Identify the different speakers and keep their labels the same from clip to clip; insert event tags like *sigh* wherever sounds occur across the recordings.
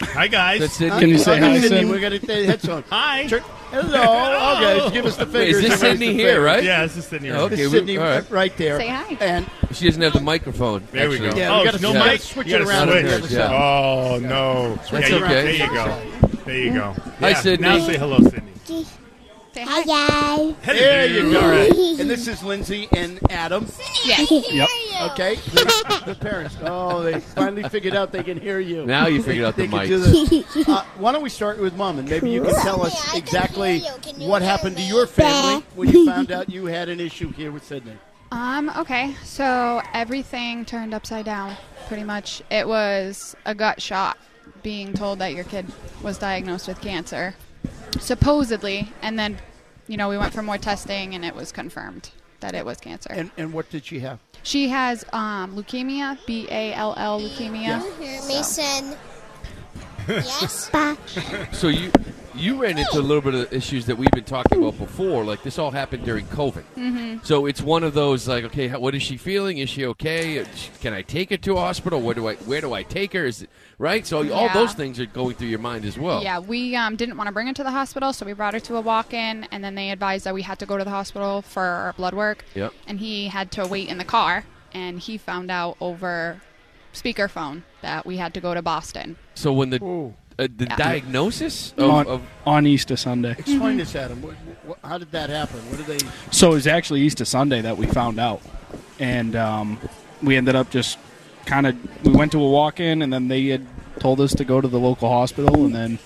Speaker 1: Hi guys.
Speaker 2: That's it. Can you say hi, Cindy?
Speaker 3: We're gonna take heads on.
Speaker 1: Hi.
Speaker 3: Turn- *laughs* Hello. Okay, just give us the
Speaker 2: Wait,
Speaker 3: fingers.
Speaker 2: is this
Speaker 3: Give us
Speaker 2: Cindy
Speaker 3: the
Speaker 2: here,
Speaker 3: fingers.
Speaker 2: right?
Speaker 1: Yeah, this is Sydney.
Speaker 2: Okay.
Speaker 3: This is
Speaker 2: we-
Speaker 3: Cindy
Speaker 2: all right.
Speaker 3: right there.
Speaker 4: Say hi.
Speaker 3: And
Speaker 2: She doesn't have the microphone.
Speaker 1: There we go.
Speaker 2: actually.
Speaker 3: Yeah, we
Speaker 1: oh,
Speaker 3: gotta
Speaker 1: no
Speaker 3: switch-
Speaker 1: mic.
Speaker 3: switch
Speaker 1: You gotta
Speaker 3: it around on the
Speaker 1: switch.
Speaker 2: other side.
Speaker 1: Oh no.
Speaker 2: That's
Speaker 1: yeah, you-
Speaker 2: okay.
Speaker 1: There you go. There you go.
Speaker 2: Hi,
Speaker 1: Yeah,
Speaker 2: Sydney.
Speaker 1: Now say hello, Sydney.
Speaker 4: Say hi.
Speaker 5: guys.
Speaker 3: there you
Speaker 1: All
Speaker 3: go.
Speaker 1: right.
Speaker 3: And this is Lindsay and Adam.
Speaker 5: *laughs*
Speaker 4: Yes.
Speaker 5: Yep.
Speaker 3: Okay, the, the parents. Oh, they finally figured out they can hear you.
Speaker 2: Now you figured out the
Speaker 3: They can
Speaker 2: mic.
Speaker 3: do this. Uh, why don't we start with mom, and maybe you can tell
Speaker 5: Yeah, I
Speaker 3: us
Speaker 5: can
Speaker 3: exactly
Speaker 5: hear you. Can you
Speaker 3: what
Speaker 5: hear
Speaker 3: happened to
Speaker 5: me?
Speaker 3: your family
Speaker 5: Yeah.
Speaker 3: when you found out you had an issue here with Sydney.
Speaker 4: Um, okay. So everything turned upside down, pretty much. It was a gut shot being told that your kid was diagnosed with cancer, supposedly. And then, you know, we went for more testing and it was confirmed that it was cancer.
Speaker 3: And and what did she have?
Speaker 4: she has um, leukemia, B A L L leukemia.
Speaker 2: *laughs*
Speaker 5: Mason. yes.
Speaker 2: So you you ran into a little bit of issues that we've been talking about before. Like this all happened during COVID. Mm-hmm. So it's one of those like, okay, how, what is she feeling? Is she okay? Is she- Can I take her to a hospital? Where do I where do I take her? Is it right? So all
Speaker 4: Yeah.
Speaker 2: those things are going through your mind as well.
Speaker 4: Yeah, we um, didn't want to bring her to the hospital, so we brought her to a walk-in, and then they advised that we had to go to the hospital for blood work.
Speaker 2: Yep.
Speaker 4: And he had to wait in the car, and he found out over speakerphone that we had to go to Boston.
Speaker 2: So when the
Speaker 3: Ooh.
Speaker 2: uh, the
Speaker 4: Yeah.
Speaker 2: diagnosis
Speaker 6: on,
Speaker 2: of, of
Speaker 6: on Easter Sunday.
Speaker 3: Explain this, Adam. What, what, how did that happen? What did they?
Speaker 6: So it was actually Easter Sunday that we found out, and um, we ended up just kind of we went to a walk-in, and then they had told us to go to the local hospital, and then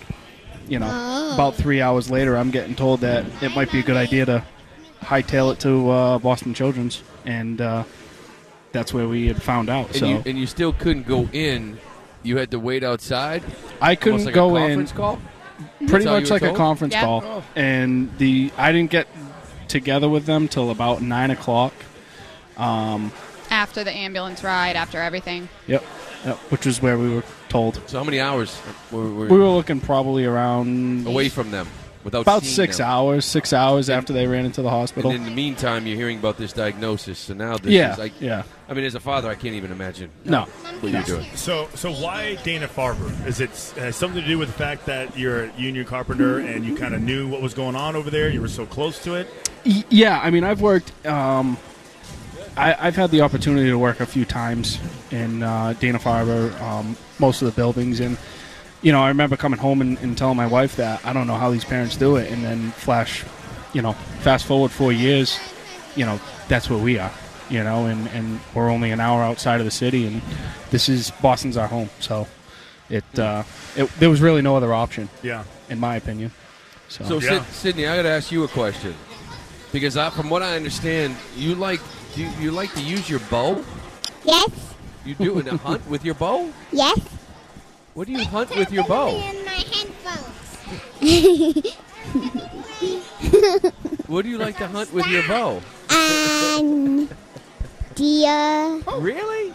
Speaker 6: you know about three hours later, I'm getting told that it might be a good idea to hightail it to uh, Boston Children's, and uh, that's where we had found out.
Speaker 2: and
Speaker 6: so
Speaker 2: you and you still couldn't go in. You had to wait outside.
Speaker 6: I couldn't
Speaker 2: Almost like
Speaker 6: go
Speaker 2: a
Speaker 6: in.
Speaker 2: conference call.
Speaker 6: pretty
Speaker 2: That's all you
Speaker 6: much
Speaker 2: were
Speaker 6: like
Speaker 2: told? Oh.
Speaker 6: a conference
Speaker 4: Yeah.
Speaker 6: call and the i didn't get together with them till about nine o'clock
Speaker 4: After the ambulance ride, after everything,
Speaker 6: yep, yep which was where we were told
Speaker 2: So how many hours were, were,
Speaker 6: we were looking probably around
Speaker 2: away from them without
Speaker 6: about
Speaker 2: seeing
Speaker 6: six
Speaker 2: them?
Speaker 6: hours six hours after they ran into the hospital
Speaker 2: And in the meantime, you're hearing about this diagnosis. So now this
Speaker 6: yeah
Speaker 2: is like,
Speaker 6: yeah
Speaker 2: I mean, as a father, I can't even imagine
Speaker 6: no
Speaker 2: what you're doing.
Speaker 1: So, so why Dana Farber? Is it has something to do with the fact that you're a union carpenter and you kind of knew what was going on over there? You were so close to it.
Speaker 6: Y- yeah i mean i've worked um, I, i've had the opportunity to work a few times in uh, dana-farber um, most of the buildings and you know i remember coming home and, and telling my wife that i don't know how these parents do it and then flash you know fast forward four years you know that's where we are you know and, and we're only an hour outside of the city and this is boston's our home so it, uh, it there was really no other option
Speaker 1: Yeah.
Speaker 6: in my opinion so,
Speaker 2: So,
Speaker 1: Yeah.
Speaker 2: Sid, Sydney, I got to ask you a question because I, from what I understand, you like do you, you like to use your bow.
Speaker 5: Yes.
Speaker 2: You do
Speaker 6: *laughs*
Speaker 2: in a hunt with your bow.
Speaker 5: Yes.
Speaker 2: What do you hunt with your bow?
Speaker 5: In my headphones.
Speaker 2: What do you like to hunt with your bow?
Speaker 5: And deer,
Speaker 2: Really?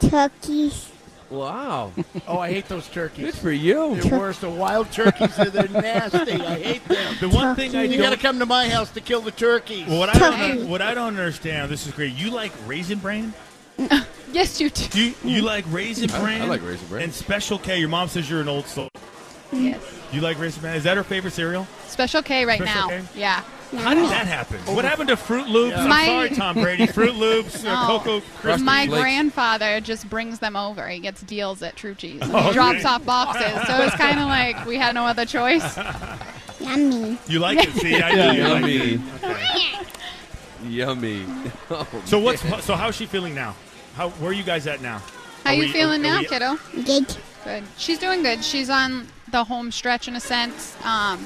Speaker 5: turkeys.
Speaker 2: Wow,
Speaker 3: Oh, I hate those turkeys.
Speaker 6: *laughs*
Speaker 2: good for you.
Speaker 3: They're worse. The wild turkeys. They're, they're nasty. I hate
Speaker 6: *laughs*
Speaker 3: them.
Speaker 1: The one thing I
Speaker 3: You got to
Speaker 1: don't,
Speaker 3: come to my house to kill the turkeys.
Speaker 1: what I don't, what I don't understand. This is great. You like raisin bran?
Speaker 4: yes, you do.
Speaker 1: Do you, you like raisin
Speaker 2: Mm. I- I
Speaker 1: bran?
Speaker 2: like Raisin Bran.
Speaker 1: And Special K. Your mom says you're an old soul.
Speaker 4: Yes.
Speaker 1: You like raisin bran? Is that her favorite cereal?
Speaker 4: Special K right
Speaker 1: Special
Speaker 4: now.
Speaker 1: K?
Speaker 4: Yeah.
Speaker 1: How did that happen? What happened to Fruit Loops?
Speaker 3: Yeah.
Speaker 4: My- Oh.
Speaker 1: I'm sorry, Tom Brady. Fruit
Speaker 4: *laughs*
Speaker 1: Loops, uh,
Speaker 4: No.
Speaker 1: Cocoa Krispies.
Speaker 4: My
Speaker 2: Flakes.
Speaker 4: grandfather just brings them over. He gets deals at
Speaker 1: *laughs*
Speaker 4: True Cheese. He
Speaker 1: Okay.
Speaker 4: drops off boxes. So it was kind of like we had no other choice.
Speaker 5: Yummy.
Speaker 1: You like it? See, I do. You like it.
Speaker 2: Yummy,
Speaker 4: *laughs*
Speaker 2: yummy. Oh,
Speaker 1: So what's so? How's she feeling now? How where are you guys at now?
Speaker 4: How
Speaker 1: Are
Speaker 4: you
Speaker 1: we-
Speaker 4: feeling
Speaker 1: are- are
Speaker 4: now,
Speaker 1: we-
Speaker 4: kiddo?
Speaker 5: Good.
Speaker 4: Good. She's doing good. She's on the home stretch in a sense. Um,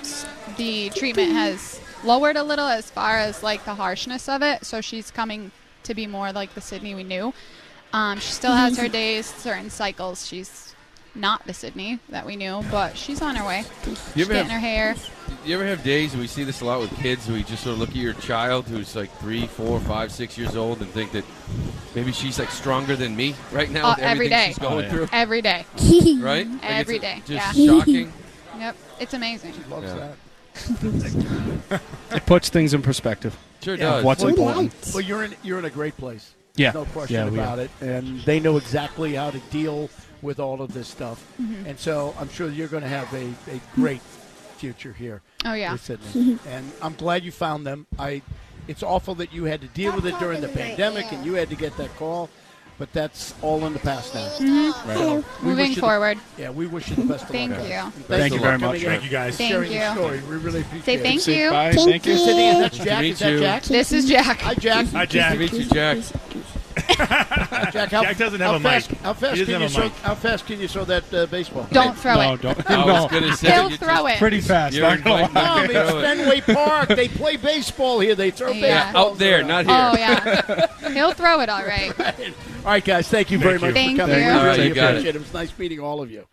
Speaker 4: s- the treatment has lowered a little as far as like the harshness of it, so she's coming
Speaker 2: *laughs*
Speaker 4: to be more like the Sydney we knew. Um, she still has her days, certain cycles. She's not to Sydney that we knew, but she's on her way. She's
Speaker 2: You ever
Speaker 4: getting
Speaker 2: have-
Speaker 4: her hair.
Speaker 2: You ever have days, and we see this a lot with kids, we just sort of look at your child who's like three, four, five, six years old and think that maybe she's like stronger than me right now
Speaker 4: Oh,
Speaker 2: with
Speaker 4: every
Speaker 2: everything
Speaker 4: day.
Speaker 2: she's going
Speaker 1: Oh, yeah.
Speaker 2: through,
Speaker 4: Every day.
Speaker 5: *laughs*
Speaker 2: right? Like, it's,
Speaker 4: Every
Speaker 2: uh,
Speaker 4: day,
Speaker 2: Just
Speaker 5: yeah.
Speaker 2: shocking.
Speaker 4: Yep. It's amazing.
Speaker 7: Loves
Speaker 2: Yeah.
Speaker 7: that.
Speaker 6: It puts things in perspective.
Speaker 2: Sure
Speaker 3: Yeah.
Speaker 2: does.
Speaker 6: What's
Speaker 7: Well,
Speaker 6: important?
Speaker 7: Well, you're in you're in a great place.
Speaker 6: Yeah.
Speaker 7: no question
Speaker 6: Yeah, we
Speaker 7: about it. And they know exactly how to deal with all of this stuff.
Speaker 4: Mm-hmm.
Speaker 7: And so I'm sure you're going to have a, a great future here
Speaker 4: Oh, yeah.
Speaker 7: with Sydney. and I'm glad you found them. I, it's awful that you had to deal with it during the
Speaker 5: Stop talking to me.
Speaker 7: pandemic and you had to get that call, but that's all in the past now. So we wish
Speaker 4: Mm-hmm. Moving
Speaker 7: you the-
Speaker 4: forward.
Speaker 7: yeah, we wish you the best of
Speaker 4: Thank
Speaker 7: luck.
Speaker 4: you.
Speaker 7: Thank,
Speaker 6: Thank
Speaker 7: you
Speaker 6: you very
Speaker 7: for
Speaker 6: much.
Speaker 7: coming in
Speaker 1: Thank you guys.
Speaker 4: Thank
Speaker 7: sharing your
Speaker 4: you.
Speaker 7: story. We really appreciate
Speaker 4: Say
Speaker 7: it.
Speaker 4: thank
Speaker 6: Say
Speaker 4: you.
Speaker 6: bye.
Speaker 5: Thank
Speaker 6: Thank you.
Speaker 5: you.
Speaker 7: Sydney, is that
Speaker 2: Nice to
Speaker 7: Jack?
Speaker 2: meet
Speaker 7: Is that
Speaker 2: you.
Speaker 7: Jack?
Speaker 4: This is Jack.
Speaker 7: Hi, Jack.
Speaker 1: Hi, Jack.
Speaker 2: Meet you, Jack.
Speaker 7: Jack, how,
Speaker 1: Jack doesn't
Speaker 7: how
Speaker 1: have a
Speaker 7: fast,
Speaker 1: mic.
Speaker 7: How fast,
Speaker 1: He doesn't have
Speaker 7: can you
Speaker 1: a
Speaker 7: throw,
Speaker 1: mic.
Speaker 7: how fast can you throw that uh,
Speaker 1: *laughs*
Speaker 7: baseball?
Speaker 4: Don't throw
Speaker 6: *laughs* No,
Speaker 4: it.
Speaker 6: don't.
Speaker 2: I
Speaker 6: no.
Speaker 2: was going to say.
Speaker 4: He'll
Speaker 2: you
Speaker 4: throw
Speaker 2: just-
Speaker 4: it.
Speaker 6: Pretty fast.
Speaker 2: You're
Speaker 6: Not gonna
Speaker 2: like-
Speaker 6: lie.
Speaker 7: No, I mean,
Speaker 2: Throw it.
Speaker 7: Fenway Park. They play baseball here. They throw
Speaker 4: Yeah.
Speaker 7: baseball
Speaker 2: Out there, not here.
Speaker 4: Oh,
Speaker 2: *laughs*
Speaker 4: yeah. He'll throw it all right.
Speaker 7: All right, guys. Thank you very much
Speaker 4: Thank
Speaker 7: for coming.
Speaker 4: you.
Speaker 7: We
Speaker 4: All
Speaker 2: right,
Speaker 7: really
Speaker 2: you got it.
Speaker 7: appreciate it. It was nice meeting all of you.